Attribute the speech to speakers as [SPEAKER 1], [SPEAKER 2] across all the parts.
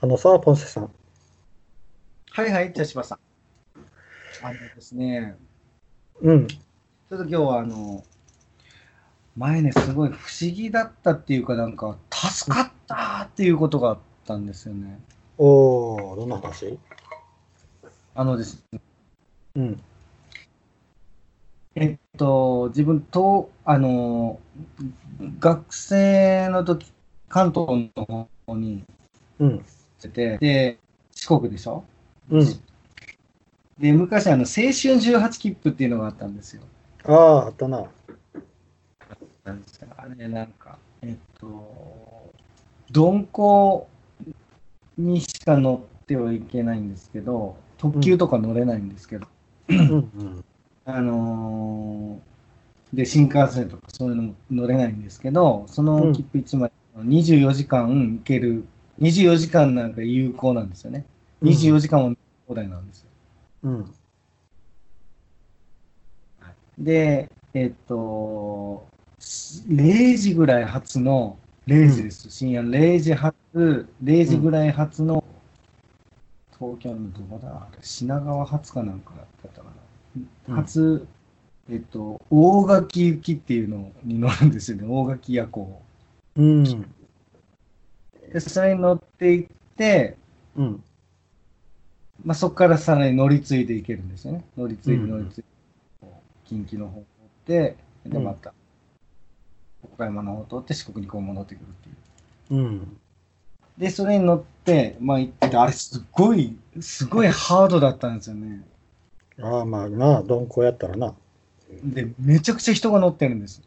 [SPEAKER 1] あのさ、ポンセさん。
[SPEAKER 2] はいはい、じゃあ柴さん。あのですね、
[SPEAKER 1] うん。
[SPEAKER 2] ちょっと今日はあの、前ね、すごい不思議だったっていうか、なんか、助かったっていうことがあったんですよね。
[SPEAKER 1] おー、どんな話
[SPEAKER 2] あのですね、
[SPEAKER 1] うん。
[SPEAKER 2] えっと、自分と、あの、学生の時、関東の方に
[SPEAKER 1] うん。
[SPEAKER 2] 行ってて、で、四国でしょ
[SPEAKER 1] うん。
[SPEAKER 2] で、昔、あの、青春18切符っていうのがあったんですよ。
[SPEAKER 1] ああ、あったな。
[SPEAKER 2] なんですかあれなんか、えっと、鈍行にしか乗ってはいけないんですけど、特急とか乗れないんですけど、
[SPEAKER 1] うん。
[SPEAKER 2] あのーで、新幹線とかそういうのも乗れないんですけど、その切符1枚、24時間行ける、24時間なんか有効なんですよね。
[SPEAKER 1] うん
[SPEAKER 2] 24時間は放題なんですよ。
[SPEAKER 1] うん。
[SPEAKER 2] で、えっと、0時ぐらい発の、0時です、深夜0時発、0時ぐらい発の、東京のどこだ、あれ品川発かなんかだったか
[SPEAKER 1] う
[SPEAKER 2] な。
[SPEAKER 1] ん
[SPEAKER 2] 発、えっと、大垣行きっていうのに乗るんですよね、大垣夜行。
[SPEAKER 1] うん。
[SPEAKER 2] で、それに乗っていって、
[SPEAKER 1] うん。
[SPEAKER 2] まあ、そこからさらに乗り継いでいけるんですよね。乗り継いで
[SPEAKER 1] うん
[SPEAKER 2] 乗り継いで、こう近畿の方を通って、で、
[SPEAKER 1] うん
[SPEAKER 2] また、岡山の方を通って四国にこう戻ってくるっていう。
[SPEAKER 1] うん。
[SPEAKER 2] で、それに乗って、まあ行ってて、あれすっごい、すごいハードだったんですよね。
[SPEAKER 1] ああ、まあな、どんこやったらな。ああ。
[SPEAKER 2] で、めちゃくちゃ人が乗ってるんです。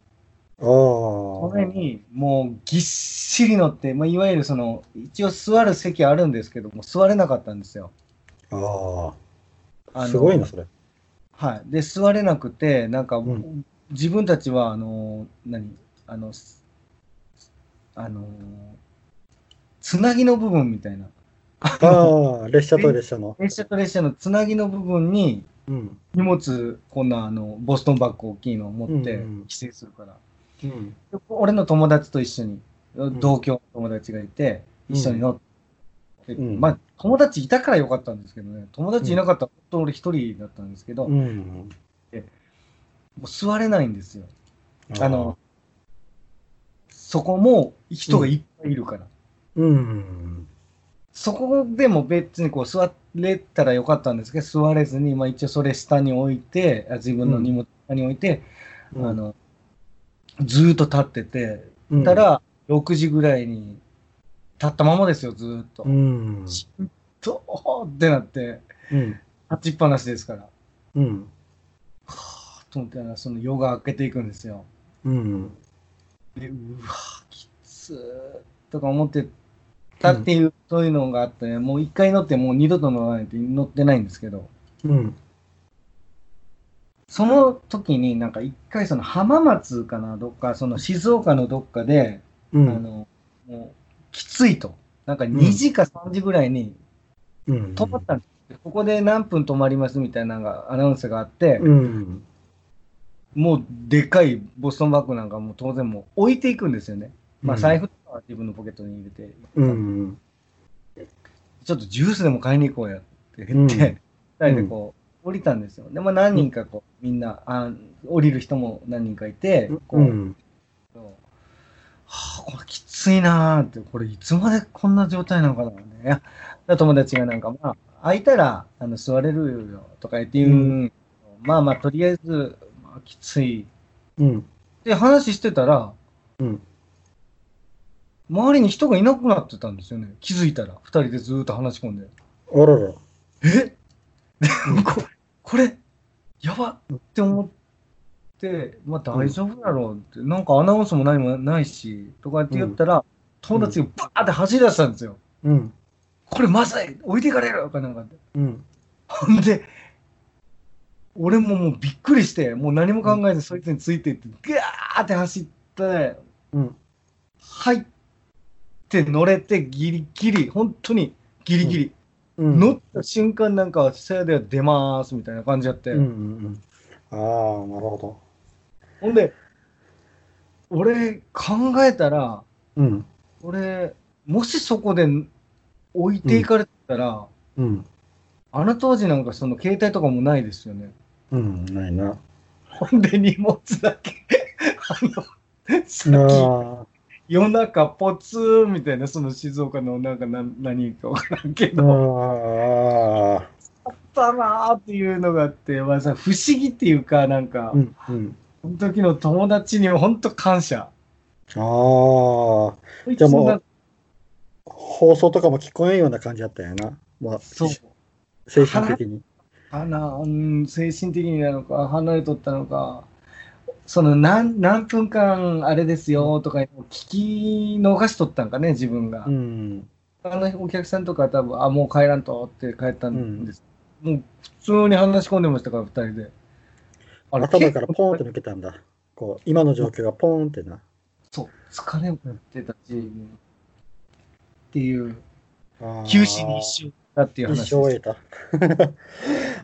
[SPEAKER 1] こ
[SPEAKER 2] これ。に、もうぎっしり乗って、まあ、いわゆるその、一応座る席あるんですけども、座れなかったんですよ。
[SPEAKER 1] あ
[SPEAKER 2] あ
[SPEAKER 1] あ。
[SPEAKER 2] の
[SPEAKER 1] すごいな、それ。
[SPEAKER 2] はい、で座れなくて、なんか、
[SPEAKER 1] うん
[SPEAKER 2] 自分たちはあの何あの、すあのつなぎの部分みたいな、
[SPEAKER 1] ああ、列車と列車の。
[SPEAKER 2] 列車と列車のつなぎの部分に
[SPEAKER 1] うん。
[SPEAKER 2] 荷物、こんなあのボストンバッグ大きいのを持って
[SPEAKER 1] うんうん
[SPEAKER 2] 帰省するから、
[SPEAKER 1] うん。
[SPEAKER 2] で俺の友達と一緒に、
[SPEAKER 1] ん
[SPEAKER 2] 同居の友達がいて、一緒に乗って、
[SPEAKER 1] うん
[SPEAKER 2] まあ、友達いたからよかったんですけどね、友達いなかったら、本当俺一人だったんですけど、
[SPEAKER 1] う
[SPEAKER 2] も
[SPEAKER 1] ん。
[SPEAKER 2] う座れないんですよ。あの、そこも人がいっぱいいるから、
[SPEAKER 1] うん。
[SPEAKER 2] そこでも別にこう座れたらよかったんですけど、座れずに、まあ、一応それ下に置いて、あ自分の荷物下に置いて、
[SPEAKER 1] うん
[SPEAKER 2] あのずーっと立ってて、た、ら、6時ぐらいに立ったままですよ、ずーっと。
[SPEAKER 1] うん。
[SPEAKER 2] しんどーってなって、
[SPEAKER 1] うん。
[SPEAKER 2] 立ちっぱなしですから。
[SPEAKER 1] うん。
[SPEAKER 2] はぁと思ってな、その夜が明けていくんですよ。
[SPEAKER 1] うん。
[SPEAKER 2] でうわぁきつーとか思ってたっていう、そういうのがあって、もう一回乗ってもう二度と乗らないって乗ってないんですけど、
[SPEAKER 1] うん。
[SPEAKER 2] その時になんか一回その浜松かな、どっか、その静岡のどっかで、
[SPEAKER 1] うん。
[SPEAKER 2] あの、もうきついと。なんか2時か3時ぐらいに
[SPEAKER 1] うん。
[SPEAKER 2] 止まったんですよ、ここで何分止まりますみたいなのがアナウンスがあって、
[SPEAKER 1] うん。
[SPEAKER 2] もうでかいボストンバッグなんかもう当然もう置いていくんですよね。まあ
[SPEAKER 1] うん
[SPEAKER 2] 財布とかは自分のポケットに入れて、
[SPEAKER 1] うん。
[SPEAKER 2] ちょっとジュースでも買いに行こうやって言って、二人でこう降りたんですよ。で、まあ何人かこうみんなあ、降りる人も何人かいて、こう、
[SPEAKER 1] うん。
[SPEAKER 2] はあ、これきついなーって、これいつまでこんな状態なのかなね。いやで友達がなんか、まあ、空いたらあの座れるよとか言って言う、
[SPEAKER 1] うん
[SPEAKER 2] まあまあ、とりあえず、まあ、きつい。
[SPEAKER 1] うん。
[SPEAKER 2] で、話してたら、
[SPEAKER 1] うん
[SPEAKER 2] 周りに人がいなくなってたんですよね。気づいたら、二人でずーっと話し込んで。
[SPEAKER 1] あらら。
[SPEAKER 2] えここれ、やばって思って、まあ大丈夫だろうって、なんかアナウンスも何もないし、とかって言ったら、友達がバーって走り出したんですよ。
[SPEAKER 1] うん。
[SPEAKER 2] これまずい置いていかれるとかなんかって。
[SPEAKER 1] うん。
[SPEAKER 2] ほんで、俺ももうびっくりして、もう何も考えず、そいつについていって、ぐわーって走って、
[SPEAKER 1] うん。
[SPEAKER 2] 入って乗れてギリギリ、本当にギリギリ。
[SPEAKER 1] うん。
[SPEAKER 2] 乗った瞬間なんか、さやでは出まーすみたいな感じやって。
[SPEAKER 1] うんうんうん。ああ、なるほど。
[SPEAKER 2] ほんで、俺考えたら、
[SPEAKER 1] うん。
[SPEAKER 2] 俺、もしそこで置いていかれてたら、
[SPEAKER 1] うん。
[SPEAKER 2] あの当時なんかその携帯とかもないですよね。
[SPEAKER 1] うん、ないな。
[SPEAKER 2] ほんで荷物だけ、あの、さっき
[SPEAKER 1] あ
[SPEAKER 2] 夜中ポツーみたいな、その静岡のなんか何何かわからんけ
[SPEAKER 1] あ、
[SPEAKER 2] ど、
[SPEAKER 1] ああ、
[SPEAKER 2] だなーっていうのがあって、まあ、さ不思議っていうか、なんか、
[SPEAKER 1] うん、うん。
[SPEAKER 2] その時の友達に本当感謝。
[SPEAKER 1] ああ、じゃあもう
[SPEAKER 2] こいつなんか
[SPEAKER 1] 放送とかも聞こえんような感じだったんやな。まあ、
[SPEAKER 2] そう。
[SPEAKER 1] 精神的に。
[SPEAKER 2] 花、うん、精神的になのか、離れとったのか、その何何分間あれですよとか聞き逃しとったんかね、自分が。
[SPEAKER 1] うん。
[SPEAKER 2] あのお客さんとか多分、あ、もう帰らんとって帰ったんです。もう普通に話し込んでましたから、二人で。あれ
[SPEAKER 1] 頭から
[SPEAKER 2] 結構
[SPEAKER 1] ポーンって抜けたんだ。こう、今の状況がポーンってな。
[SPEAKER 2] そう、疲れもってたし、っていう、
[SPEAKER 1] ああ
[SPEAKER 2] 九死に一生だっていう話で
[SPEAKER 1] 一
[SPEAKER 2] す。
[SPEAKER 1] 生を得た。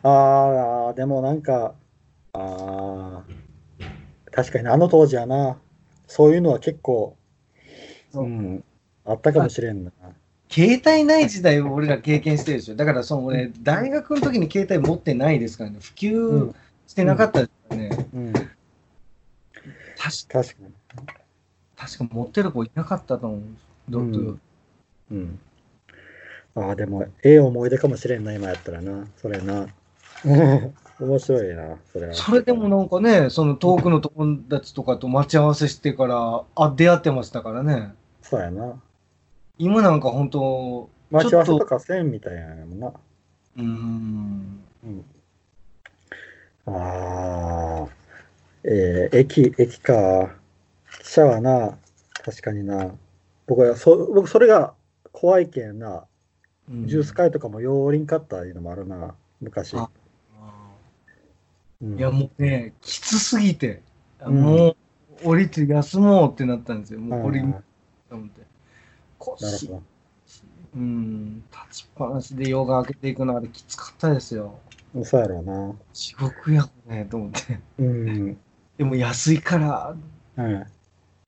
[SPEAKER 1] ああ、でもなんか、ああ、確かにあの当時はな、そういうのは結構、
[SPEAKER 2] そう
[SPEAKER 1] うん、あったかもしれんな。
[SPEAKER 2] 携帯ない時代を俺ら経験してるでしょ。だからその俺、大学の時に携帯持ってないですからね。普及してなかったですからね。
[SPEAKER 1] うん、
[SPEAKER 2] 確
[SPEAKER 1] 確かに。
[SPEAKER 2] 確か持ってる子いなかったと思う。ど
[SPEAKER 1] うん
[SPEAKER 2] どう
[SPEAKER 1] うん。ああ、でも、ええ思い出かもしれんな、今やったらな。それ な。面白いな、それは。
[SPEAKER 2] それでもなんかね、その遠くの友達とかと待ち合わせしてから、あ、出会ってましたからね。
[SPEAKER 1] そうやな。
[SPEAKER 2] 今なんか本当、
[SPEAKER 1] 待ち
[SPEAKER 2] ち
[SPEAKER 1] 合
[SPEAKER 2] ょ
[SPEAKER 1] わ
[SPEAKER 2] っ
[SPEAKER 1] せと
[SPEAKER 2] と、
[SPEAKER 1] かせんみたいなのもんな。
[SPEAKER 2] うーん。
[SPEAKER 1] うんああ、えー駅、駅か。汽車はな、確かにな。僕はそ、僕、それが怖いけんな。
[SPEAKER 2] うん
[SPEAKER 1] ジュース会とかもようりんかったいうのもあるな、昔。
[SPEAKER 2] あ
[SPEAKER 1] うん
[SPEAKER 2] いやもうね、きつすぎて、
[SPEAKER 1] うん
[SPEAKER 2] もう降りて休もうってなったんですよ。
[SPEAKER 1] あ
[SPEAKER 2] も
[SPEAKER 1] ー
[SPEAKER 2] う降りに
[SPEAKER 1] なる
[SPEAKER 2] と思って。
[SPEAKER 1] ほ
[SPEAKER 2] 腰、
[SPEAKER 1] ど。
[SPEAKER 2] うん、立ちっぱなしで夜が明けていくのあれきつかったですよ。
[SPEAKER 1] そうやろうな。
[SPEAKER 2] 地獄やね、と思って。
[SPEAKER 1] うん。
[SPEAKER 2] でも安いから、
[SPEAKER 1] うん。
[SPEAKER 2] だ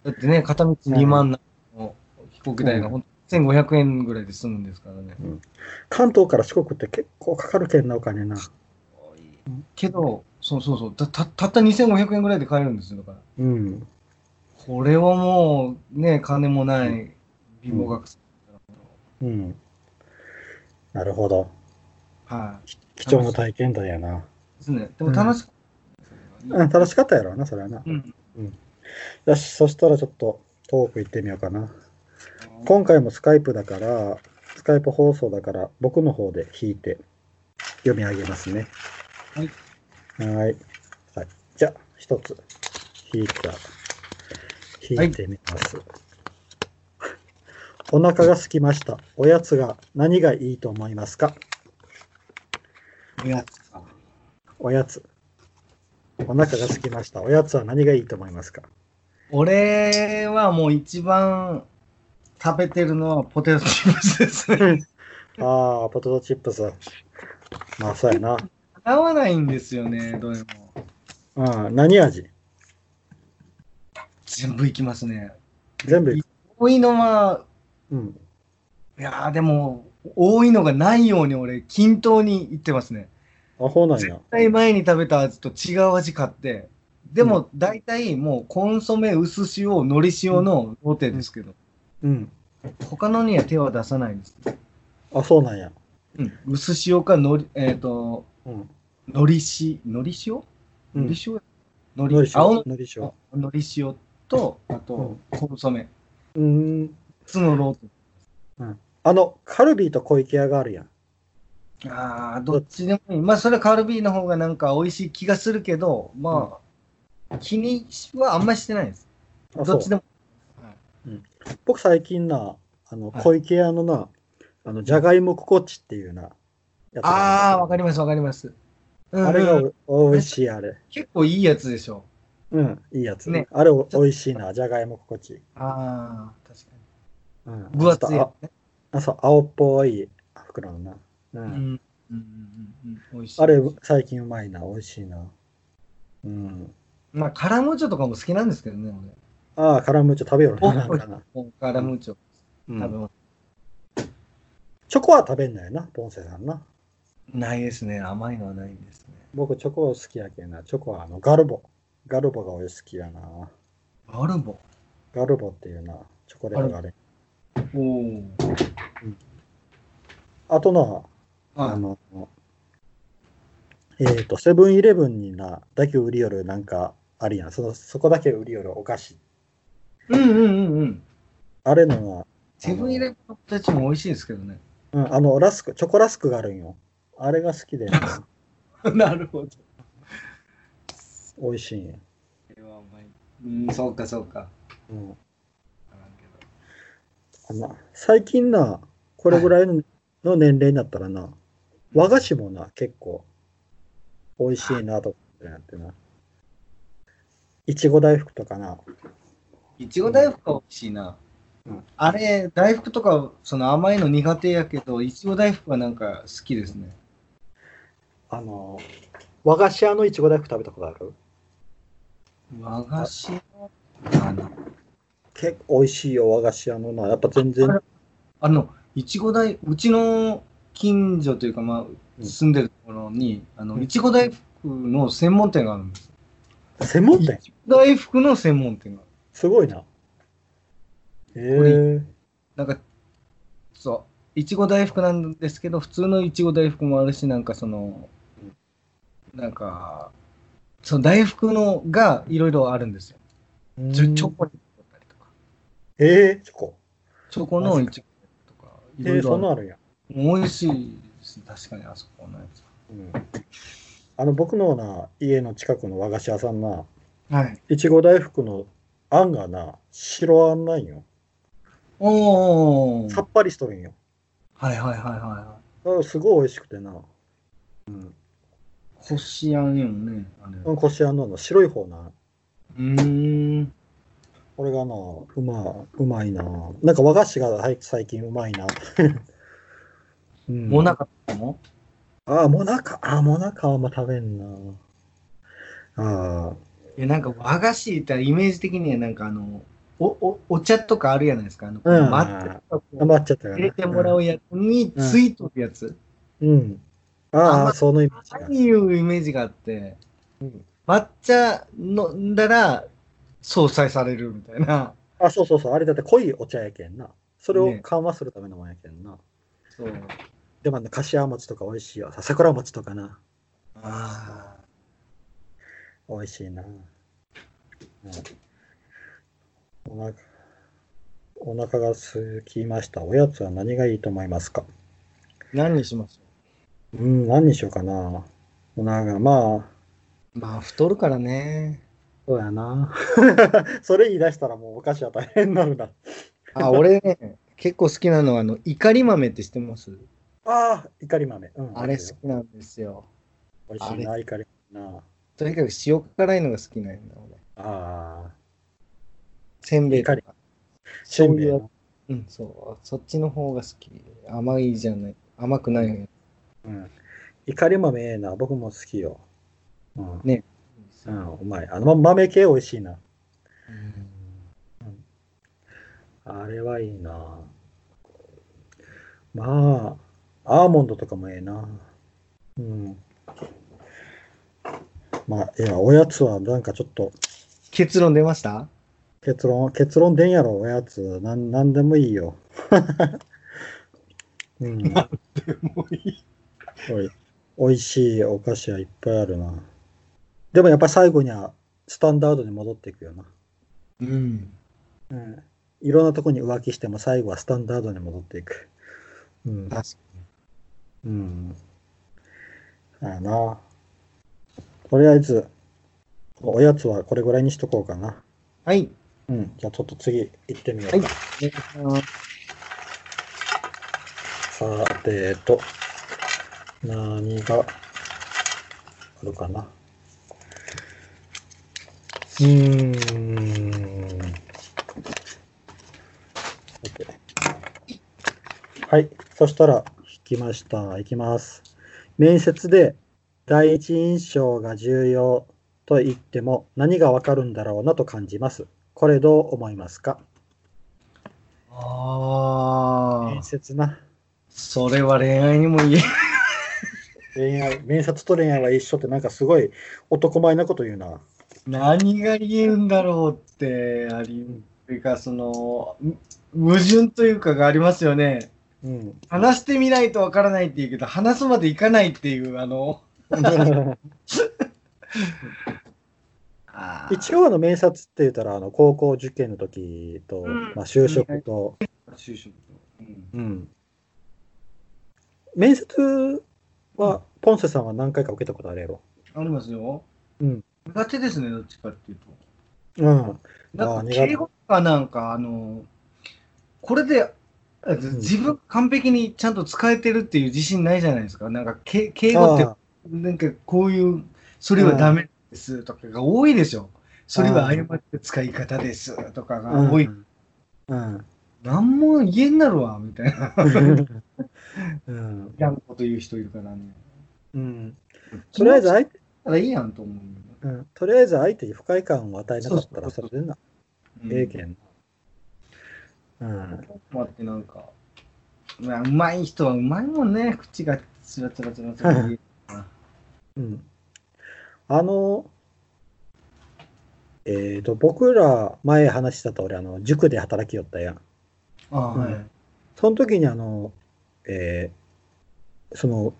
[SPEAKER 2] ってね、片道2万なの飛行機代が本当1500円ぐらいで済むんですからね。
[SPEAKER 1] 関東から四国って結構かかるけんな、お金な。
[SPEAKER 2] けど、そうそうそう、たたたった2500円ぐらいで買えるんですよ、だから。
[SPEAKER 1] うん。
[SPEAKER 2] これはもう、ね、金もない貧乏学生。
[SPEAKER 1] うん。なるほど。
[SPEAKER 2] はい、
[SPEAKER 1] 貴重な体験談やな。
[SPEAKER 2] ですね。でも楽しかった
[SPEAKER 1] うん、楽しかったやろうな、それはな。
[SPEAKER 2] うん。
[SPEAKER 1] よし、そしたらちょっとトーク行ってみようかな。今回もスカイプだから、スカイプ放送だから、僕の方で引いて読み上げますね。
[SPEAKER 2] はい
[SPEAKER 1] はい。はい。じゃあ、一つ、引いた、引いてみます。お腹が空きました。おやつが何がいいと思いますか
[SPEAKER 2] おやつか。
[SPEAKER 1] おやつ。お腹が空きました。おやつは何がいいと思いますか
[SPEAKER 2] 俺はもう一番食べてるのはポテトチップスです ね。
[SPEAKER 1] ああ、ポテトチップス。まあ、そうやな。
[SPEAKER 2] 合わないんですよね、どれも。
[SPEAKER 1] うん、何味
[SPEAKER 2] 全部いきますね。
[SPEAKER 1] 全部いく。
[SPEAKER 2] 多いのは、
[SPEAKER 1] うん。
[SPEAKER 2] いやーでも、多いのがないように俺、均等にいってますね。
[SPEAKER 1] あ、ほうなん
[SPEAKER 2] 絶
[SPEAKER 1] や。
[SPEAKER 2] 対前に食べた味と違う味買って、でも大体もうコンソメ、薄塩、海苔塩のロテですけど、
[SPEAKER 1] うん。
[SPEAKER 2] 他のには手は出さないです。
[SPEAKER 1] あ、そうなんや。
[SPEAKER 2] うん、薄塩か海苔、えっ、と、
[SPEAKER 1] うん。
[SPEAKER 2] 海苔し、海苔塩
[SPEAKER 1] うん
[SPEAKER 2] 海苔塩海
[SPEAKER 1] のりし
[SPEAKER 2] 苔、青の
[SPEAKER 1] ょ。のりし
[SPEAKER 2] り
[SPEAKER 1] ょ。
[SPEAKER 2] 海苔塩と、あと、コンソメ、
[SPEAKER 1] うーん。
[SPEAKER 2] 普通のロ
[SPEAKER 1] あの、カルビーと小池屋があるやん。
[SPEAKER 2] テ。ああ、どっちでもいい。まあ、それはカルビーの方がなんか美味しい気がするけど、まあ、気にはあんまりしてないです。
[SPEAKER 1] あ、
[SPEAKER 2] ど
[SPEAKER 1] そ
[SPEAKER 2] っ
[SPEAKER 1] う
[SPEAKER 2] ち。でも。
[SPEAKER 1] 僕最近な、あの、
[SPEAKER 2] はい
[SPEAKER 1] 小池屋のな、あの、じゃがいもココッチっていうな、や
[SPEAKER 2] ああ、わかり
[SPEAKER 1] ま
[SPEAKER 2] ます、わかります。うん
[SPEAKER 1] す。あれがお美味しい、あれ。
[SPEAKER 2] 結構いいやつでしょ。
[SPEAKER 1] うん、いいやつ。
[SPEAKER 2] ね
[SPEAKER 1] あれお美味しいな、じゃがいもココッチ。
[SPEAKER 2] ああ、確か
[SPEAKER 1] うん。
[SPEAKER 2] に。分厚いやつね。
[SPEAKER 1] ああそう、青っぽい袋のな。う。
[SPEAKER 2] うんん。うんうんうんうん、美味しい。
[SPEAKER 1] あれ、最近うまいな、美味しいな。うん。
[SPEAKER 2] まあ、カラムーチョとかも好きなんですけどね、
[SPEAKER 1] ああ、カラムーチョ食べよる
[SPEAKER 2] 俺。
[SPEAKER 1] な。なんかな
[SPEAKER 2] おカラムーチョ、
[SPEAKER 1] う
[SPEAKER 2] 多
[SPEAKER 1] ん
[SPEAKER 2] 分。
[SPEAKER 1] チョコは食べんのやな、ポンセさんな。
[SPEAKER 2] ないですね。甘いのはないんですね。
[SPEAKER 1] 僕、チョコ好きやけんな。チョコはあのガルボ。ガルボが俺好きやな。
[SPEAKER 2] ガルボ。
[SPEAKER 1] ガルボっていうな、チョコレートがあれ。
[SPEAKER 2] おお。
[SPEAKER 1] あとな、あ
[SPEAKER 2] あ
[SPEAKER 1] の、えっ、と、セブンイレブンにな、だけ売りよるなんかあるやん。そのそこだけ売りよるお菓子。
[SPEAKER 2] うんうんうんうん。
[SPEAKER 1] あれのな、
[SPEAKER 2] セブンイレブンのポテチも美味しいですけどね。
[SPEAKER 1] うん、あの、ラスク、チョコラスクがあるんよ。あれが好きで な、
[SPEAKER 2] なるほど。
[SPEAKER 1] 美味しいんや。
[SPEAKER 2] うん、そうかそうか。
[SPEAKER 1] うん。あの最近な、これぐらいのの年齢になったらな、和菓子もな、結構、美味しいなとかってなってな。いちご大福とかな、
[SPEAKER 2] いちご大福は美味しいな。
[SPEAKER 1] うん
[SPEAKER 2] あれ、大福とか、その甘いの苦手やけど、いちご大福はなんか好きですね。
[SPEAKER 1] あの、和菓子屋のいちご大福食べたことある
[SPEAKER 2] 和菓子のあの
[SPEAKER 1] 結構美味しいよ、和菓子屋のな。やっぱ全然
[SPEAKER 2] あ、あの、いちご大、うちの近所というか、ま
[SPEAKER 1] う
[SPEAKER 2] あ、
[SPEAKER 1] ん
[SPEAKER 2] 住んでるところに、あ
[SPEAKER 1] う
[SPEAKER 2] の、
[SPEAKER 1] ん
[SPEAKER 2] いちご大福の専門店があるんです。
[SPEAKER 1] 専門
[SPEAKER 2] い
[SPEAKER 1] 店
[SPEAKER 2] ちご大福の専門店がある。
[SPEAKER 1] すごいな。えー、
[SPEAKER 2] なんか、そう、いちご大福なんですけど、普通のいちご大福もあるし、なんかその、なんか、その大福のがいろいろあるんですよ。チョチョコレートだったりとか、
[SPEAKER 1] えー、チョコ。
[SPEAKER 2] チョコのいちごとか、いろ
[SPEAKER 1] え
[SPEAKER 2] い
[SPEAKER 1] ー、そんな
[SPEAKER 2] ろ
[SPEAKER 1] んあるんや。
[SPEAKER 2] 美味しいですね、確かにあそこのやつ
[SPEAKER 1] うんあの僕のな家の近くの和菓子屋さんな
[SPEAKER 2] は。はい。
[SPEAKER 1] いちご大福のあんがな白あんなんよ
[SPEAKER 2] おー
[SPEAKER 1] さっぱりしとるんよ
[SPEAKER 2] はいはいはいは
[SPEAKER 1] だからすごい美味しくてな、うん、
[SPEAKER 2] い。こしあんよね、あれ。
[SPEAKER 1] こ
[SPEAKER 2] う
[SPEAKER 1] のこしあんのあの白い方な
[SPEAKER 2] ーん。
[SPEAKER 1] これがなうまうまいななんか和菓子がはい最近うまいな、 うん
[SPEAKER 2] もなかったの
[SPEAKER 1] ああもなかああもなかあんま食べんなああ
[SPEAKER 2] いやなんか和菓子ってイメージ的にはなんかあのおおお茶とかあるじゃないですかあの、
[SPEAKER 1] うん
[SPEAKER 2] 抹茶とかこう
[SPEAKER 1] 余っちゃったから
[SPEAKER 2] 入れてもらうやつに
[SPEAKER 1] うん
[SPEAKER 2] ついとるやつ、
[SPEAKER 1] うん、うんあ
[SPEAKER 2] 甘
[SPEAKER 1] あ
[SPEAKER 2] い
[SPEAKER 1] そのイメージ
[SPEAKER 2] あ
[SPEAKER 1] が
[SPEAKER 2] あいうイメージがあって、
[SPEAKER 1] うん
[SPEAKER 2] 抹茶飲んだら相殺されるみたいな
[SPEAKER 1] あ、そうそうそう、あれだって濃いお茶やけんな。それを
[SPEAKER 2] ね
[SPEAKER 1] 緩和するためのもんやけんな。
[SPEAKER 2] そう
[SPEAKER 1] でもあの、かしわ餅とか美味しいよ。さ桜餅とかな。
[SPEAKER 2] あ
[SPEAKER 1] 美味しいな。うん、お腹お腹がすきました。おやつは何がいいと思いますか
[SPEAKER 2] 何にしましょ
[SPEAKER 1] うん、何にしようかな。お腹が、まあ、
[SPEAKER 2] うまあ太るからね
[SPEAKER 1] そうやな。 それ言い出したらもうお菓子は大変になるな。
[SPEAKER 2] あ俺ね結構好きなのはあの怒り豆って知ってます
[SPEAKER 1] ああ、怒り豆。うん、
[SPEAKER 2] あれ好きなんですよ
[SPEAKER 1] 美味しいな、怒り豆な。
[SPEAKER 2] とにかく塩辛いのが好きなんだ俺
[SPEAKER 1] ああ、
[SPEAKER 2] せんべいとか
[SPEAKER 1] せんべいな。
[SPEAKER 2] うん、そう。そっちの方が好き。甘いじゃない。甘くないのよ。
[SPEAKER 1] うん。イカリ豆ええな、僕も好きよ。うん。
[SPEAKER 2] ね
[SPEAKER 1] うん、うまい。あの、ま豆系美味しいな。あれはいいな。まあ、アーモンドとかもええな。うん。まあ、いや、おやつはなんかちょっと、
[SPEAKER 2] 結論出ました
[SPEAKER 1] 結論、結論出んやろ、おやつ。なん、なんでもいいよ。 うん。
[SPEAKER 2] もういい。
[SPEAKER 1] おい、美味しいお菓子はいっぱいあるな。でもやっぱ最後にはスタンダードに戻っていくよな。
[SPEAKER 2] うん。
[SPEAKER 1] うん。いろんなとこに浮気しても最後はスタンダードに戻っていく。うん。
[SPEAKER 2] 確か
[SPEAKER 1] うん。あやな。とりあえず、おやつはこれぐらいにしとこうかな。
[SPEAKER 2] はい。
[SPEAKER 1] うん。じゃあちょっと次行ってみようか。
[SPEAKER 2] はい。お願いします
[SPEAKER 1] さてと、何があるかな。うーん。OK はい。そしたら、引きました。いきます。面接で第一印象が重要と言っても何がわかるんだろうなと感じます。これどう思いますか
[SPEAKER 2] あ
[SPEAKER 1] 面接な。
[SPEAKER 2] それは恋愛にも言え
[SPEAKER 1] 恋愛、面接と恋愛は一緒ってなんかすごい男前なこと言うな。
[SPEAKER 2] 何が言えるんだろうってありというかそのむ矛盾というかがありますよね
[SPEAKER 1] うん。
[SPEAKER 2] 話してみないとわからないっていうけど話すまでいかないっていうあの
[SPEAKER 1] 一応あの面接って言ったらあの高校受験の時と、
[SPEAKER 2] うん
[SPEAKER 1] まあ、就職と、
[SPEAKER 2] 就職うん
[SPEAKER 1] うん、面接はポンセさんは何回か受けたことあるやろ、
[SPEAKER 2] ありますよ、
[SPEAKER 1] うん
[SPEAKER 2] 苦手ですねどっちかっていうと
[SPEAKER 1] うん、
[SPEAKER 2] な
[SPEAKER 1] あー
[SPEAKER 2] んか
[SPEAKER 1] 苦手
[SPEAKER 2] 敬語かなんか、あの、これで、あ自分完璧にちゃんと使えてるっていう自信ないじゃないですか。なんか、け敬語って
[SPEAKER 1] あ、
[SPEAKER 2] なんかこういう、それはダメですとかが多いでしょ。それは誤った使い方ですとか
[SPEAKER 1] ー
[SPEAKER 2] が多い。
[SPEAKER 1] うん
[SPEAKER 2] なんも言えんなるわ、みたいな。
[SPEAKER 1] うん
[SPEAKER 2] やんこと言う人いるからね。
[SPEAKER 1] うん、とりあえず相手、
[SPEAKER 2] ただいいやんと思う。
[SPEAKER 1] うん、とりあえず相手に不快感を与えなかったら
[SPEAKER 2] そ
[SPEAKER 1] そう
[SPEAKER 2] そう
[SPEAKER 1] れでな、
[SPEAKER 2] うん
[SPEAKER 1] ええけんうん、
[SPEAKER 2] 待ってなんか、まあ、うまい人はうまいもんね。口がつらつらつらつら言う。
[SPEAKER 1] うん、あのえっ、と僕ら前話した通りあの塾で働きよったやん
[SPEAKER 2] ああ、はい。
[SPEAKER 1] その時にあの、えーその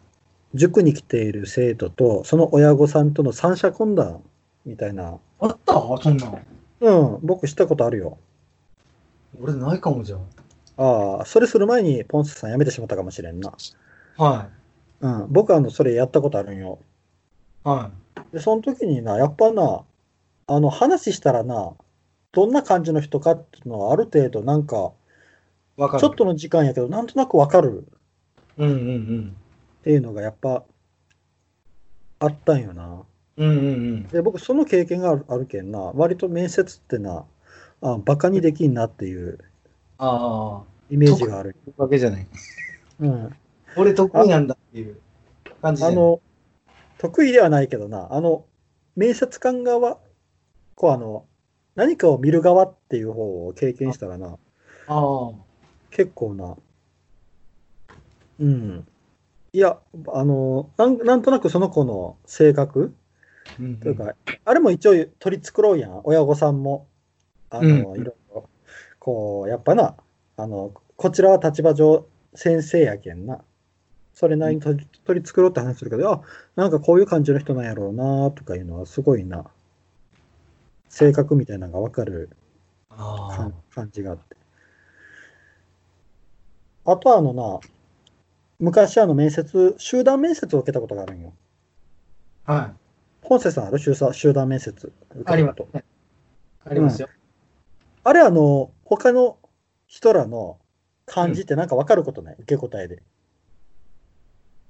[SPEAKER 1] 塾に来ている生徒とその親御さんとの三者懇談みたいな、
[SPEAKER 2] あったそんなん。
[SPEAKER 1] うん、僕したことあるよ。
[SPEAKER 2] 俺ないかもじゃ
[SPEAKER 1] ああ、それする前にポンスさん辞めてしまったかもしれんな。
[SPEAKER 2] あ。は
[SPEAKER 1] うん、僕あのそれやったことあるんよ。
[SPEAKER 2] い。は
[SPEAKER 1] で、その時にな、やっぱな、あの話したらな、どんな感じの人かっていうのはある程度なんか、
[SPEAKER 2] い。わかる。
[SPEAKER 1] ちょっ。との時間やけど、なんとなくわかる
[SPEAKER 2] うんうん
[SPEAKER 1] っていうのがやっぱあったんよな。
[SPEAKER 2] うん。うんうん
[SPEAKER 1] で僕その経験があるあるけんな割と面接ってなあバカにできんなっていう
[SPEAKER 2] ああ。
[SPEAKER 1] イメージがある、
[SPEAKER 2] そういうわけじゃない。
[SPEAKER 1] うん、
[SPEAKER 2] 俺得意なんだっていう感じじゃ
[SPEAKER 1] あ
[SPEAKER 2] ない、
[SPEAKER 1] の得意ではないけどなあの面接官側こうあの何かを見る側っていう方を経験したらな
[SPEAKER 2] あ
[SPEAKER 1] 結構なうんいやあのなんなんとなくその子の性格
[SPEAKER 2] あ。うんうん
[SPEAKER 1] というか、あれも一応取り繕うやん、親御さんも。あの、
[SPEAKER 2] うん
[SPEAKER 1] いろいろ。こう、やっぱな、あの、こちらは立場上、先生やけんな。それなりに取り取り繕って話するけど、あ、なんかこういう感じの人なんやろうな、とかいうのはすごいな。性格みたいなのがわかるか
[SPEAKER 2] あ
[SPEAKER 1] ん感じがあって。あとはあのな、昔あの面接、集団面接を受けたことがあるんよ。
[SPEAKER 2] あ。はい。
[SPEAKER 1] 本瀬さんある集団集団面接受け
[SPEAKER 2] あ
[SPEAKER 1] た
[SPEAKER 2] り
[SPEAKER 1] こ
[SPEAKER 2] ます
[SPEAKER 1] と。。
[SPEAKER 2] ありますよ。
[SPEAKER 1] あれあの、他の人らの感じってなんか分かることない、受け答えで。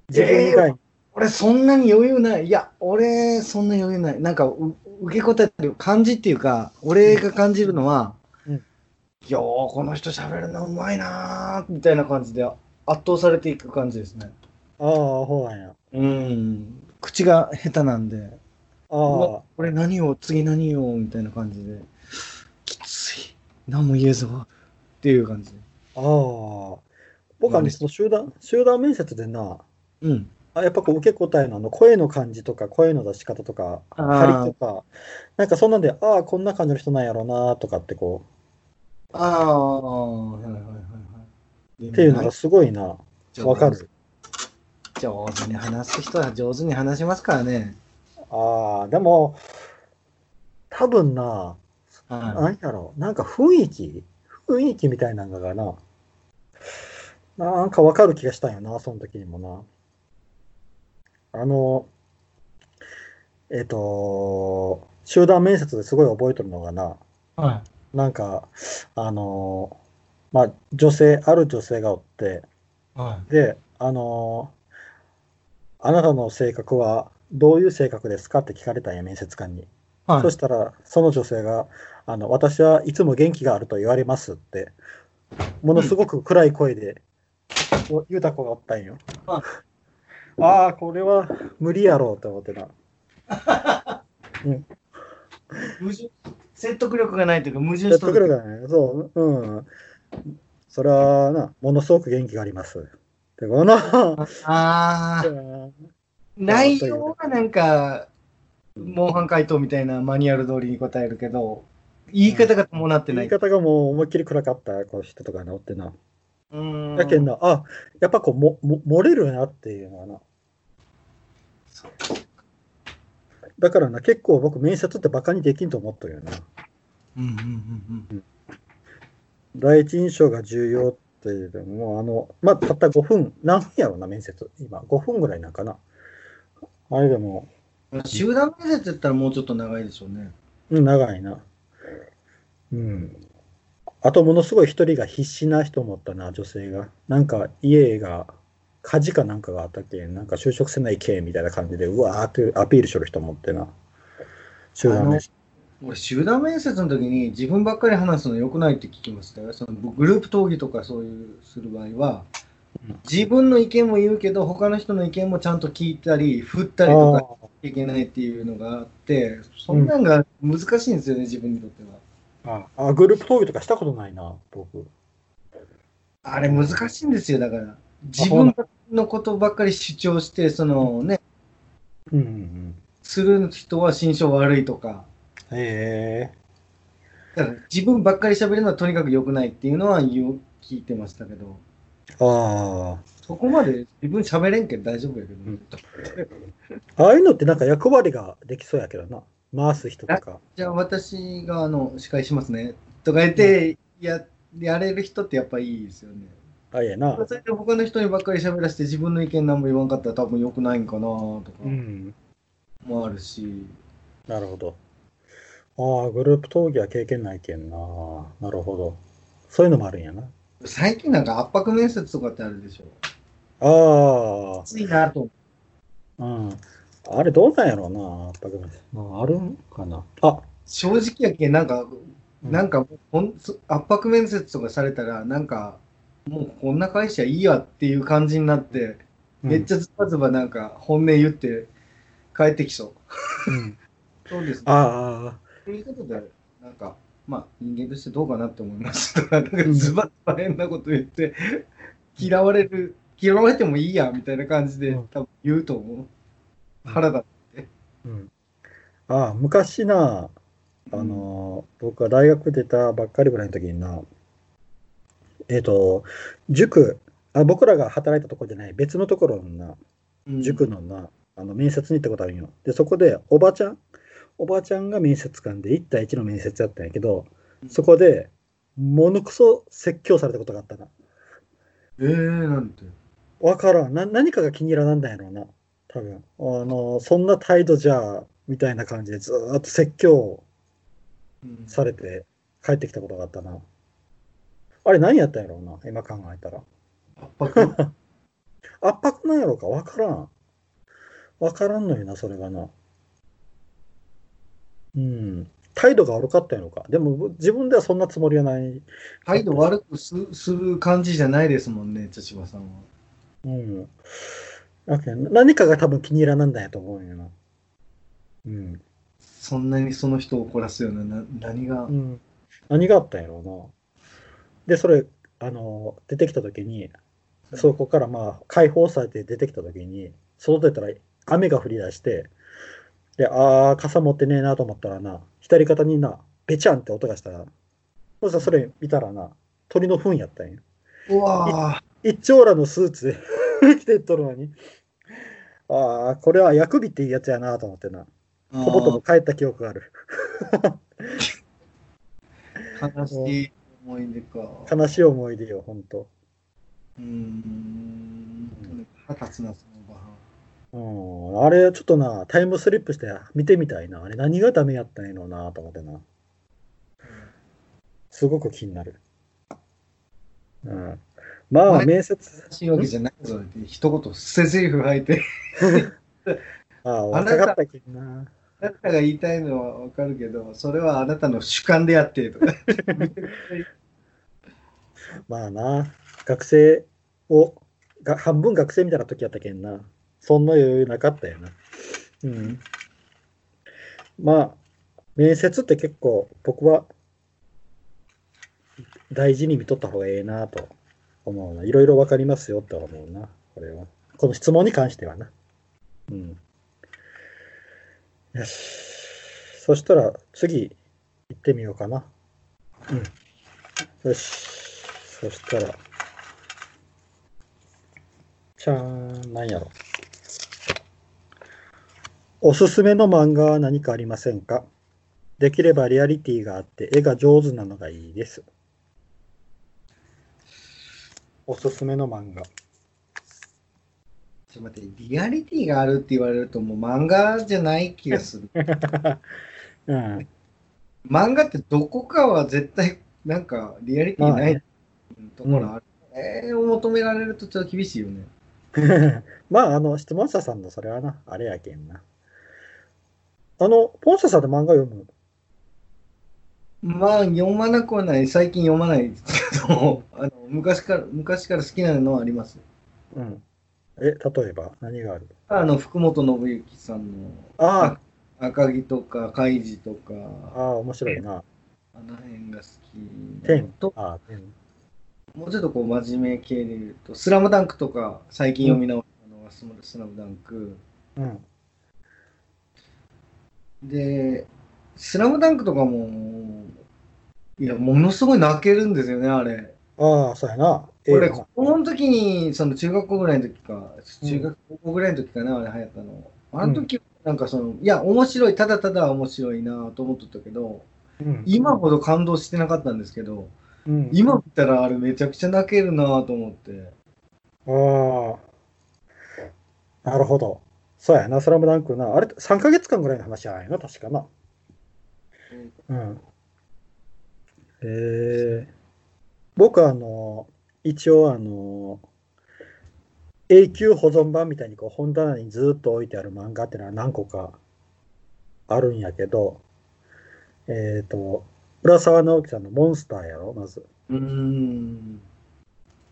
[SPEAKER 1] 自分以外に。
[SPEAKER 2] 俺そんなに余裕ない。いや、俺そんな余裕ない。なんかう受け答えっていう感じっていうか、俺が感じるのは、
[SPEAKER 1] うん
[SPEAKER 2] ようこの人喋るのうまいなーみたいな感じで圧倒されていく感じですね。
[SPEAKER 1] ああ、ほうなんや。
[SPEAKER 2] うん。口が下手なんで、う
[SPEAKER 1] あ
[SPEAKER 2] わこれ何を、次何をみたいな感じで、きつい。何も言えぞ。っていう感じ。
[SPEAKER 1] あ、ああ。僕は
[SPEAKER 2] うん
[SPEAKER 1] ね、その集団、集団面接でな、
[SPEAKER 2] うん。
[SPEAKER 1] あやっぱこう受け答えのあの声の感じとか、声の出し方とか、
[SPEAKER 2] あー
[SPEAKER 1] 張りとか、なんかそんなんで、ああ、こんな感じの人なんやろうなとかってこ
[SPEAKER 2] ああ、はいはいはいはい。
[SPEAKER 1] う、っていうのがすごいな、分かる。。
[SPEAKER 2] 上手に話す人は上手に話しますからね。
[SPEAKER 1] ああ、でも、多分な、
[SPEAKER 2] は
[SPEAKER 1] 何やろなんか雰囲気雰囲気みたいなのがな。なんかわかる気がしたんよな、その時にもな。あの、えっ、と、集団面接ですごい覚えてるのがな、
[SPEAKER 2] い。は
[SPEAKER 1] なんか、あの、まあ、女性、ある女性がおって、
[SPEAKER 2] い。は
[SPEAKER 1] で、あの、あなたの性格はどういう性格ですかって聞かれたんや、面接官に。
[SPEAKER 2] い。はい
[SPEAKER 1] そしたら、その女性が、あの、私はいつも元気があると言われますって、ものすごく暗い声で、こう言うた子がおったんよ。
[SPEAKER 2] あ
[SPEAKER 1] ああ、これは無理やろうと思ってな。
[SPEAKER 2] 矛盾説得力がないというか、矛盾
[SPEAKER 1] 説
[SPEAKER 2] しと
[SPEAKER 1] 得力
[SPEAKER 2] る。
[SPEAKER 1] がない。そう、うん。それはな、ものすごく元気がありますっで、この、
[SPEAKER 2] ああ、内容はなんか、モンハン回答みたいなマニュアル通りに答えるけど、言い方が伴ってな
[SPEAKER 1] 言い
[SPEAKER 2] い。
[SPEAKER 1] 方がもう思いっきり暗かったこう人とかなおってな。
[SPEAKER 2] うん
[SPEAKER 1] だけどな、あ、やっぱこう、も、も、漏れるなっていうのはな。
[SPEAKER 2] そう
[SPEAKER 1] だからな、結構僕、面接ってバカにできんと思ったよな。
[SPEAKER 2] うんうんうんうん。
[SPEAKER 1] 第一印象が重要っていうのも、あの、まあ、たった5分、何分やろうな、面接。今、5分ぐらいなんかな。あれでも、
[SPEAKER 2] 集団面接やったらもうちょっと長いでしょうね。
[SPEAKER 1] うん、長いな。うん。あと、ものすごい一人が必死な人もおったな、女性が。なんか、家が、火事かなんかがあったけん、なんか就職せないけんみたいな感じで、うわーってアピールしとる人もおってな。集団面接。
[SPEAKER 2] 俺、集団面接の時に自分ばっかり話すの良くないって聞きましたよ。そのグループ討議とかそういうする場合は
[SPEAKER 1] うん、
[SPEAKER 2] 自分の意見も言うけど、他の人の意見もちゃんと聞いたり、振った
[SPEAKER 1] あ
[SPEAKER 2] りとか
[SPEAKER 1] ー
[SPEAKER 2] いけないっていうのがあって、そんなんが難しいんですよね、自分にとっては。
[SPEAKER 1] ああ、グループ討議とかしたことないな、僕。
[SPEAKER 2] あれ難しいんですよ、だから。自分のことばっかり主張して、そのね、
[SPEAKER 1] うんうんうん。
[SPEAKER 2] する人は心象悪いとか、
[SPEAKER 1] へえ
[SPEAKER 2] だから自分ばっかり喋るのはとにかく良くないっていうのは言う聞いてましたけど、
[SPEAKER 1] あ
[SPEAKER 2] そこまで自分喋れんけん大丈夫やけど、ね
[SPEAKER 1] うんあ。ああいうのってなんか役割ができそうやけどな。回す人とか。
[SPEAKER 2] じゃあ私があの司会しますねとか言ってや、やれる人ってやっぱいいですよね。
[SPEAKER 1] あ、ええな。
[SPEAKER 2] それで他の人にばっかり喋らせて自分の意見何も言わんかったら多分良くないんかなとか
[SPEAKER 1] うん。
[SPEAKER 2] もあるし、
[SPEAKER 1] なるほど。ああ、グループ討議は経験ないけんな。なるほど。そういうのもあるんやな。
[SPEAKER 2] 最近なんか圧迫面接とかってあるでしょ。
[SPEAKER 1] あ
[SPEAKER 2] 熱いなと思って
[SPEAKER 1] あ、うん。あれどうなんやろうな。圧迫面接まあ、あるんかな。あ、
[SPEAKER 2] 正直やけんなんかなん
[SPEAKER 1] か。
[SPEAKER 2] かほんそ圧迫面接とかされたらなんかもうこんな会社いいやっていう感じになって、めっちゃズバズバなんか本音言って帰ってきそう。
[SPEAKER 1] うん
[SPEAKER 2] そうですね。
[SPEAKER 1] あ
[SPEAKER 2] ということで、なんか、まあ、人間としてどうかなって思いましたとか、なんかズバッと変なこと言って、嫌われる、嫌われてもいいやみたいな感じで、
[SPEAKER 1] うん
[SPEAKER 2] 多分言うと思う。
[SPEAKER 1] うん
[SPEAKER 2] 腹立っ
[SPEAKER 1] あ、うん。ああ、昔な。
[SPEAKER 2] て
[SPEAKER 1] あ、のー僕は大学出たばっかりぐらいの時にな、えっ、と、塾あ、僕らが働いたとこじゃない、別のところのな、
[SPEAKER 2] うん
[SPEAKER 1] 塾、のな、あの面接に行ったことあるんよ。で、そこで、おばちゃん、おばちゃんが面接官で1対1の面接やったんやけど、そこで、ものくそ説教されたことがあったな。
[SPEAKER 2] えー、なんて。
[SPEAKER 1] わからんな。何かが気に入らなんだんやろうな。多分。あのー、そんな態度じゃ、みたいな感じでずーっと説教を
[SPEAKER 2] うん
[SPEAKER 1] されて帰ってきたことがあったな。あれ何やったんやろうな、今考えたら。
[SPEAKER 2] 圧迫。
[SPEAKER 1] 圧迫なんやろうか、わからん。わからんのよな、それがな。うん。態度が悪かったんやろうか。でも自分ではそんなつもりはない。
[SPEAKER 2] 態度悪くすする感じじゃないですもんね、千葉さんは。
[SPEAKER 1] うん。だけど何かが多分気に入らなんだんやと思うんやな。うん。
[SPEAKER 2] そんなにその人を怒らすような、な何が。
[SPEAKER 1] うん、何があったんやろうな。で、それ、あの、出てきたときに、そこからまあ解放されて出てきた時に外出たら雨が降り出してでああ傘持ってねえなと思ったらな左肩になべちゃんって音がしたらそしたらそれ見たらな鳥の糞やったんよ
[SPEAKER 2] うわあ、
[SPEAKER 1] 一丁羅のスーツで 着てっとるのにああこれは薬味っていうやつやなと思ってなほぼとぼ帰った記憶がある
[SPEAKER 2] 悲しい思い出か。
[SPEAKER 1] 悲しい思い出よほんと
[SPEAKER 2] うーん。腹立つな、その場。
[SPEAKER 1] うんあれちょっとなタイムスリップして見てみたいなあれ何がダメやったんやろうなと思ってなすごく気になる。うん、まあ、
[SPEAKER 2] 前
[SPEAKER 1] 面接、
[SPEAKER 2] 悲しいわけじゃないぞって、一言、捨て台詞吐い て、
[SPEAKER 1] ああ、
[SPEAKER 2] あなた
[SPEAKER 1] 若かったけどな。
[SPEAKER 2] あなたが言いたいのはわかるけど、それはあなたの主観であって、 とか。
[SPEAKER 1] まあな、学生を、が半分学生みたいな時やったけんな。そんな余裕なかったよな。うん。まあ、面接って結構僕は大事に見とった方がええなと思うな。いろいろわかりますよって思うな、これは。この質問に関してはな。うん。よし。そしたら次行ってみようかな。うん。よし。そしたら。じゃーん、なんやろ。おすすめの漫画は何かありませんかできればリアリティがあって絵が上手なのがいいです。おすすめの漫画。
[SPEAKER 2] ちょっと待って、リアリティがあるって言われると、もう漫画じゃない気がする。
[SPEAKER 1] うん。
[SPEAKER 2] 漫画ってどこかは絶対、なんか、リアリティないところある。えー、を求められるとちょっと厳しいよね。
[SPEAKER 1] まあ、あの、質問者さんのそれはな、あれやけんな。あの、ポンシャさんで漫画読む
[SPEAKER 2] まあ、読まなくはない。最近読まないですけど、 あの昔から、昔から好きなのはあります。
[SPEAKER 1] うん。え、例えば何がある
[SPEAKER 2] あの、福本信之さんの
[SPEAKER 1] あ
[SPEAKER 2] 赤城とか、開示とか、
[SPEAKER 1] あ、ああ、面白いな。
[SPEAKER 2] あの辺が好きなの
[SPEAKER 1] 天
[SPEAKER 2] と、
[SPEAKER 1] ああ、天。
[SPEAKER 2] もうちょっとこう真面目系で言うと、スラムダンクとか、最近読み直したのがススラムダンク。
[SPEAKER 1] うん。
[SPEAKER 2] で、スラムダンクとかも、いや、ものすごい泣けるんですよね、あれ。
[SPEAKER 1] ああ、そうやな。ええ
[SPEAKER 2] 俺、
[SPEAKER 1] な
[SPEAKER 2] この時に、その中学校ぐらいの時か、中学校ぐらいの時かな、あれ流行ったの。あの時、なんかその、いや、面白い、ただただ面白いなと思っとったけど、
[SPEAKER 1] うん
[SPEAKER 2] 今ほど感動してなかったんですけど、
[SPEAKER 1] うん、
[SPEAKER 2] 今見たらあれめちゃくちゃ泣けるなと思って。
[SPEAKER 1] ああ。なるほど。そうやな、スラムダンクな。あれ、3ヶ月間ぐらいの話じゃないの確かな。うん。えー、僕あの、一応あの、永久保存版みたいにこう本棚にずっと置いてある漫画ってのは何個かあるんやけど、えっ、と、浦沢直樹さんのモンスターやろ、まず。
[SPEAKER 2] うーん。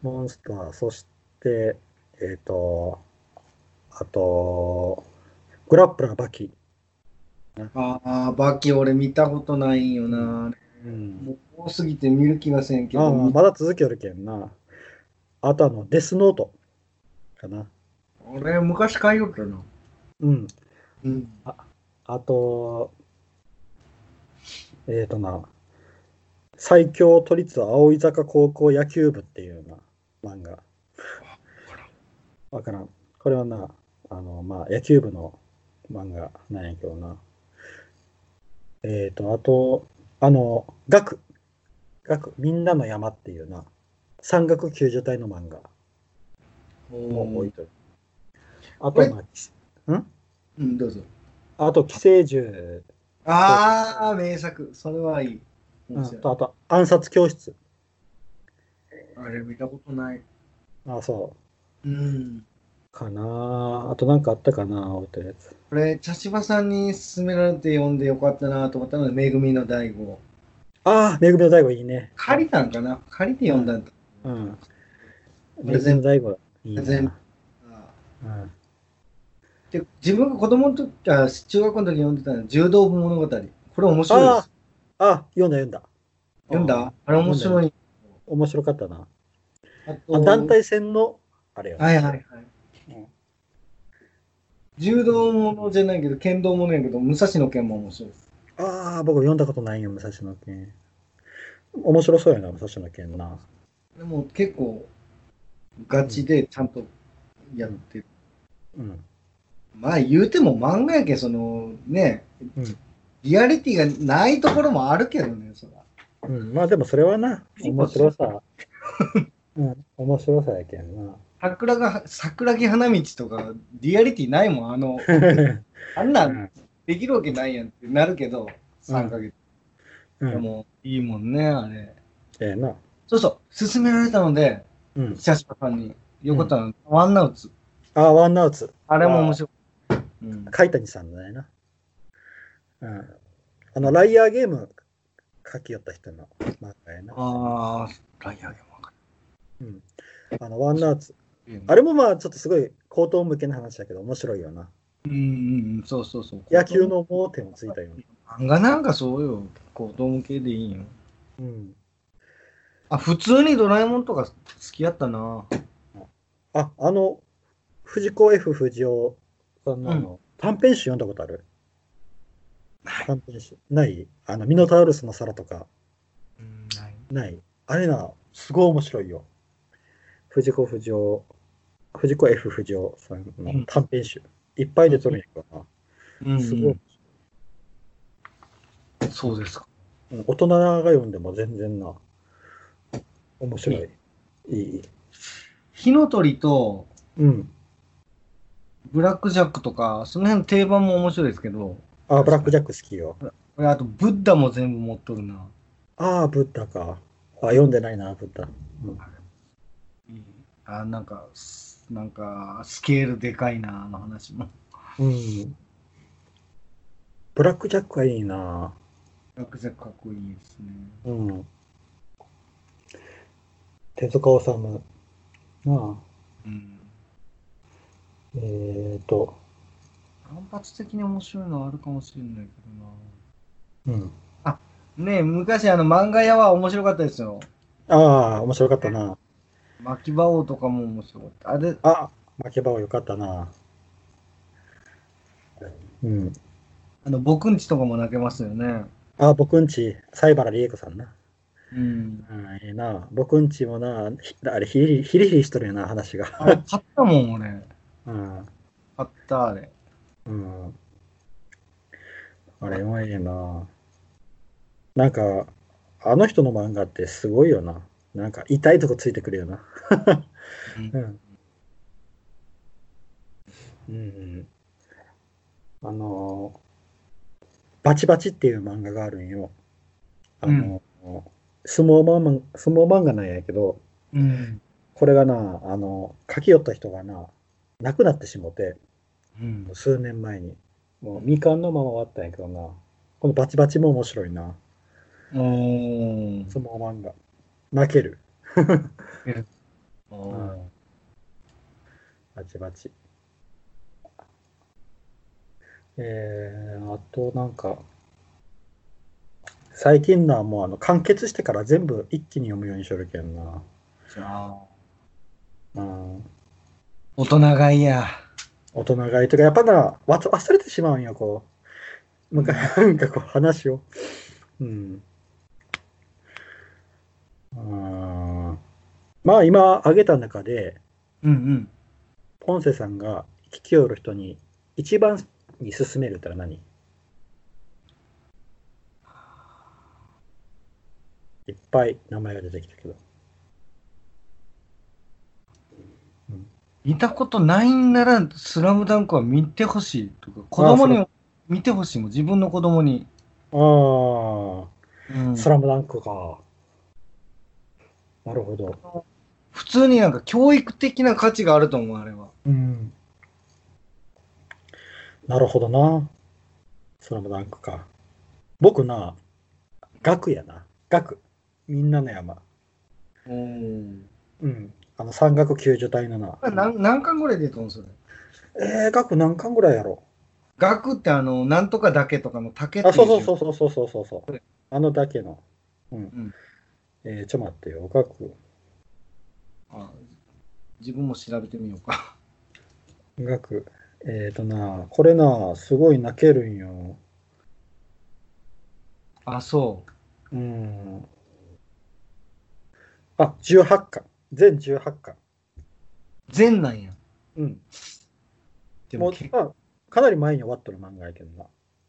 [SPEAKER 1] モンスター、そして、えっ、と、あと、グラップラーバキ。
[SPEAKER 2] ああ、バキ俺見たことないんよな。
[SPEAKER 1] うん、
[SPEAKER 2] もう多すぎて見る気がせんけ
[SPEAKER 1] ああ
[SPEAKER 2] ど。
[SPEAKER 1] まだ続きよるけんな。あとあの、デスノートかな。
[SPEAKER 2] 俺、昔買いよったな。
[SPEAKER 1] うん。
[SPEAKER 2] うん。
[SPEAKER 1] あと、えっ、とな、最強都立青井坂高校野球部っていうような漫画。わからん。これはな、あの、まあ、野球部の漫画なんやけどな。えっ、と、あと、あの、学。学。みんなの山っていうな、山岳救助隊の漫画も置いとる。あと、まあ、ん
[SPEAKER 2] うん、どうぞ。
[SPEAKER 1] あと、寄生獣。
[SPEAKER 2] ああ、名作。それはいい。
[SPEAKER 1] う
[SPEAKER 2] 面白
[SPEAKER 1] ん、
[SPEAKER 2] い
[SPEAKER 1] とあと暗殺教室
[SPEAKER 2] あれ、見たことない。
[SPEAKER 1] あそ
[SPEAKER 2] うん。
[SPEAKER 1] うかなあとなんかあったかな置いてるやつ
[SPEAKER 2] これ、茶芝さんに勧められて読んでよかったなと思ったのは、めぐみの大悟。
[SPEAKER 1] ああめぐみの大悟いいね
[SPEAKER 2] 借りたんかな借りて読んだんだ。
[SPEAKER 1] うん
[SPEAKER 2] こ
[SPEAKER 1] めぐ
[SPEAKER 2] れ
[SPEAKER 1] み
[SPEAKER 2] 全
[SPEAKER 1] の
[SPEAKER 2] 部。
[SPEAKER 1] 大悟いいな
[SPEAKER 2] 全部
[SPEAKER 1] うん
[SPEAKER 2] で自分が子供の時あ中学校の時に読んでたのは柔道部物語。これ面白いで
[SPEAKER 1] あ
[SPEAKER 2] す。
[SPEAKER 1] ああ読んだ読んだ
[SPEAKER 2] 読んだあれ面白い。
[SPEAKER 1] 面白かったな
[SPEAKER 2] あ
[SPEAKER 1] あ
[SPEAKER 2] と
[SPEAKER 1] 団体戦のあれよ
[SPEAKER 2] はいはいはい。
[SPEAKER 1] うん
[SPEAKER 2] 柔道ものじゃないけど、剣道ものやけど、武蔵の剣も面白いです。
[SPEAKER 1] ああ僕読んだことないよ武蔵野剣面白そうやな武蔵野剣な
[SPEAKER 2] でも結構、ガチでちゃんとやってる。
[SPEAKER 1] うん
[SPEAKER 2] まあ言うても漫画やけん、そのね、
[SPEAKER 1] うん
[SPEAKER 2] リアリティがないところもあるけどね、そら。
[SPEAKER 1] うん、まあでもそれはな、面白さ。うん、面白さやけん な。
[SPEAKER 2] 桜が、桜木花道とか、リアリティないもん、あの、あんなんできるわけないやんってなるけど、3ヶ月
[SPEAKER 1] うん
[SPEAKER 2] で、もいいもんね、あれ。
[SPEAKER 1] ええな。
[SPEAKER 2] そうそう、勧められたので、
[SPEAKER 1] うん。
[SPEAKER 2] 久島さんに、よかったの、ワンナウツ。
[SPEAKER 1] ああ、ワンナウツ。
[SPEAKER 2] あれも面白い。うん、
[SPEAKER 1] 海谷さんのやな。うん。あの、ライアーゲーム書きよった人の漫画やな。
[SPEAKER 2] ああ、ライアーゲも分か
[SPEAKER 1] うん。あの、ワンナウツ。
[SPEAKER 2] る。
[SPEAKER 1] あれもまあ、ちょっとすごい高等向けの話だけど、面白いよな。
[SPEAKER 2] うんうんうん、そうそうそう。
[SPEAKER 1] 野球。の盲点をついたような。
[SPEAKER 2] 漫画なんかそうよ。子供系でいいよ。
[SPEAKER 1] うん。
[SPEAKER 2] あ、普通にドラえもんとか好きやったな。
[SPEAKER 1] あ、あの、藤子 F 不二雄さんのあの、
[SPEAKER 2] う
[SPEAKER 1] 短編集読んだことある短編集。ないあの、ミノタウルスの皿とか、
[SPEAKER 2] うん、ない。
[SPEAKER 1] ないあれな、すごい面白いよ。藤子不二雄、藤子 F 不二雄さんの短編集。いっぱい出とるんやけど
[SPEAKER 2] う
[SPEAKER 1] な。
[SPEAKER 2] ん、
[SPEAKER 1] すごい。
[SPEAKER 2] そうです
[SPEAKER 1] う
[SPEAKER 2] か。
[SPEAKER 1] ん大人が読んでも全然な、面白い。いい。
[SPEAKER 2] 火の鳥と
[SPEAKER 1] うん。
[SPEAKER 2] ブラックジャックとか、その辺の定番も面白いですけど、
[SPEAKER 1] あ、ブラックジャック好きよ。
[SPEAKER 2] これあとブッダも全部持っとるな。
[SPEAKER 1] ああ、ブッダか。あ、読んでないな、ブッダ。
[SPEAKER 2] あ、なんか、すなんか、スケールでかいな、あの話も。
[SPEAKER 1] うん。ブラックジャックはいいな。
[SPEAKER 2] ブラックジャックかっこいいですね。
[SPEAKER 1] うん。手塚治虫。なあ。
[SPEAKER 2] うん。
[SPEAKER 1] えー、と、
[SPEAKER 2] 単発的に面白いのはあるかもしれないけどな。
[SPEAKER 1] うん。
[SPEAKER 2] ねえ、昔あの漫画屋は面白かったですよ。
[SPEAKER 1] ああ、面白かったな。
[SPEAKER 2] 巻き場王とかも面白かった。あれ、
[SPEAKER 1] あ、負けばはよかったな。うん。
[SPEAKER 2] あの、僕んちとかも泣けますよね。
[SPEAKER 1] あ、僕んち、西原理恵子さんな。
[SPEAKER 2] うん。
[SPEAKER 1] うん、ええな。僕んちもな、ひあれ、ヒリヒリヒリしとるよな、話が。
[SPEAKER 2] あ れ、買ったもん、俺。
[SPEAKER 1] うん。
[SPEAKER 2] 買った、あれ。
[SPEAKER 1] うん。あれ、うまいよな。なんか、あの人の漫画ってすごいよな。なんか、痛いとこついてくるよな。
[SPEAKER 2] うん
[SPEAKER 1] うん。うん。あのー、バチバチっていう漫画があるんよ。あのー、相撲漫画、相撲漫画なんやけど、
[SPEAKER 2] うん。
[SPEAKER 1] これがな、あの、書き寄った人がな、亡くなってしもて、
[SPEAKER 2] うん。
[SPEAKER 1] 数年前に。もう未完のまま終わったんやけどな。このバチバチも面白いな。
[SPEAKER 2] おー
[SPEAKER 1] 相撲漫画。泣ける。
[SPEAKER 2] お
[SPEAKER 1] う
[SPEAKER 2] ー
[SPEAKER 1] んバチバチ。えー、あとなんか、最近のはもうあの完結してから全部一気に読むようにしとるけんな。
[SPEAKER 2] じゃあ、
[SPEAKER 1] うん。
[SPEAKER 2] 大人がいいや。
[SPEAKER 1] 大人買いとか、やっぱな、わつ忘れてしまうんよ、こう。なんか、なんかこう、話を。うん。うんまあ、今、挙げた中で、
[SPEAKER 2] うんうん。
[SPEAKER 1] ポンセさんが聞きおる人に一番に勧めるったら何いっぱい名前が出てきたけど。
[SPEAKER 2] 見たことないんなら、スラムダンクは見てほしいとか、子
[SPEAKER 1] そ
[SPEAKER 2] 供に見てほしいもん、自分の子供に。
[SPEAKER 1] あ
[SPEAKER 2] う
[SPEAKER 1] あ、
[SPEAKER 2] ん、
[SPEAKER 1] スラムダンクか。なるほど。
[SPEAKER 2] 普通になんか教育的な価値があると思う、あれは。
[SPEAKER 1] うん。なるほどな。スラムダンクか。僕な、学やな。学。みんなの山。
[SPEAKER 2] おー
[SPEAKER 1] うん。あの、山岳救助隊のな。
[SPEAKER 2] 何何巻ぐらい出たんそれ
[SPEAKER 1] えー、学何巻ぐらいやろ
[SPEAKER 2] 学ってあの、なんとかだけとかの竹って
[SPEAKER 1] あ、
[SPEAKER 2] いう字
[SPEAKER 1] そうそうそうそうそうそうそうそう。あのだけの。うん。
[SPEAKER 2] ん
[SPEAKER 1] えーちょ待ってよ。学、
[SPEAKER 2] あ自分も調べてみようか。
[SPEAKER 1] 学。えっ、ー、とな、これな、すごい泣けるんよ。
[SPEAKER 2] あ、そう。
[SPEAKER 1] うん。あ、18巻。全18巻。
[SPEAKER 2] 全なんや。
[SPEAKER 1] うん。
[SPEAKER 2] で
[SPEAKER 1] もう、
[SPEAKER 2] も
[SPEAKER 1] あ、かなり前に終わっとる漫画やけどな。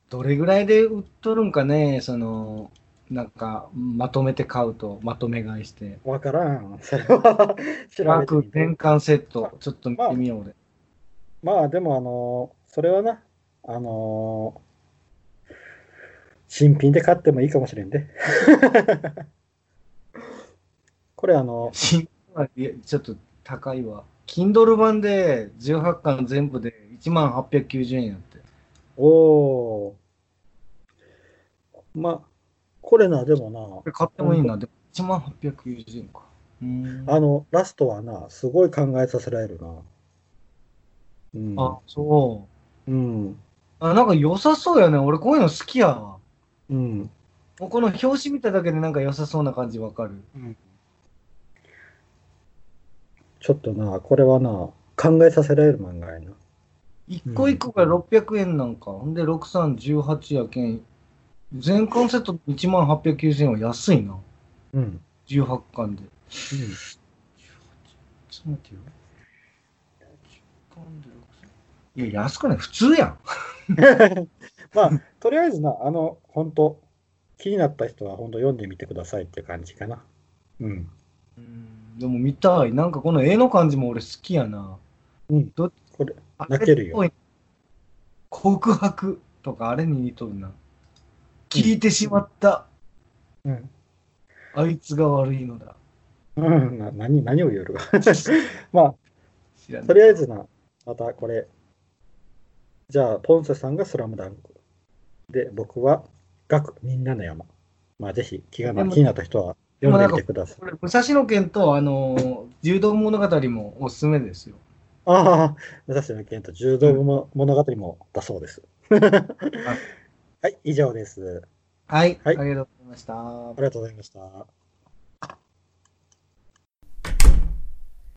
[SPEAKER 2] どれぐらいで売っとるんかね、その、なんか、まとめて買うと、まとめ買いして。
[SPEAKER 1] わからん。それは 調
[SPEAKER 2] 各
[SPEAKER 1] べてみ
[SPEAKER 2] 全
[SPEAKER 1] て。
[SPEAKER 2] 巻セット、ちょっと見てみよう、俺。
[SPEAKER 1] まあでも、あのーそれはな、あのー新品で買ってもいいかもしれんで。 これあの、
[SPEAKER 2] 新版いやちょっと高いわ。Kindle 版で18巻全部で1万890円やって。
[SPEAKER 1] おおーまあ、これな、でも
[SPEAKER 2] これ買ってもいいな。でも1万890円か。うーん
[SPEAKER 1] な、あの、ラストはな、すごい考えさせられるな。うん。
[SPEAKER 2] あ、そう。
[SPEAKER 1] うん。
[SPEAKER 2] あ、なんか良さそうやね。俺こういうの好きやわ。
[SPEAKER 1] うん。
[SPEAKER 2] もうこの表紙見ただけでなんか良さそうな感じわかる。
[SPEAKER 1] ちょっとな、これはな、考えさせられる漫画やな。
[SPEAKER 2] 一個一個が600円なんか、ほんで6318やけん、全巻セット1万890円は安いな、
[SPEAKER 1] うん。うん、
[SPEAKER 2] 18巻で。ちょっと待ってよ。10巻で6000いや、安くない普通やん。
[SPEAKER 1] まあ、とりあえずな、あの、本当気になった人は本当読んでみてくださいっていう感じかな。うん。
[SPEAKER 2] うんでも見たい。なんかこの絵の感じも俺好きやな。
[SPEAKER 1] うん
[SPEAKER 2] ど
[SPEAKER 1] これ、
[SPEAKER 2] あ
[SPEAKER 1] 泣けるよ
[SPEAKER 2] れっぽい告白とかあれに似とるな。聞いてしまった。
[SPEAKER 1] うん。
[SPEAKER 2] あいつが悪いのだ。
[SPEAKER 1] うん、な何、何を言うるか。 まあ、
[SPEAKER 2] 知らな
[SPEAKER 1] と
[SPEAKER 2] い。
[SPEAKER 1] りあえずな、またこれ。じゃあ、ポンセさんがスラムダンク。で、僕は、学、みんなの山。まあ、ぜひ、気が
[SPEAKER 2] で
[SPEAKER 1] な
[SPEAKER 2] も
[SPEAKER 1] 気になった人は読んでみてください
[SPEAKER 2] こ。れ、武蔵野県と、あのー柔道物語もおすすめですよ。
[SPEAKER 1] ああ、武蔵野健と柔道も物語もだそうです。はい、以上です。
[SPEAKER 2] はい。
[SPEAKER 1] はい
[SPEAKER 2] ありがとうございました
[SPEAKER 1] あ。りがとうございました。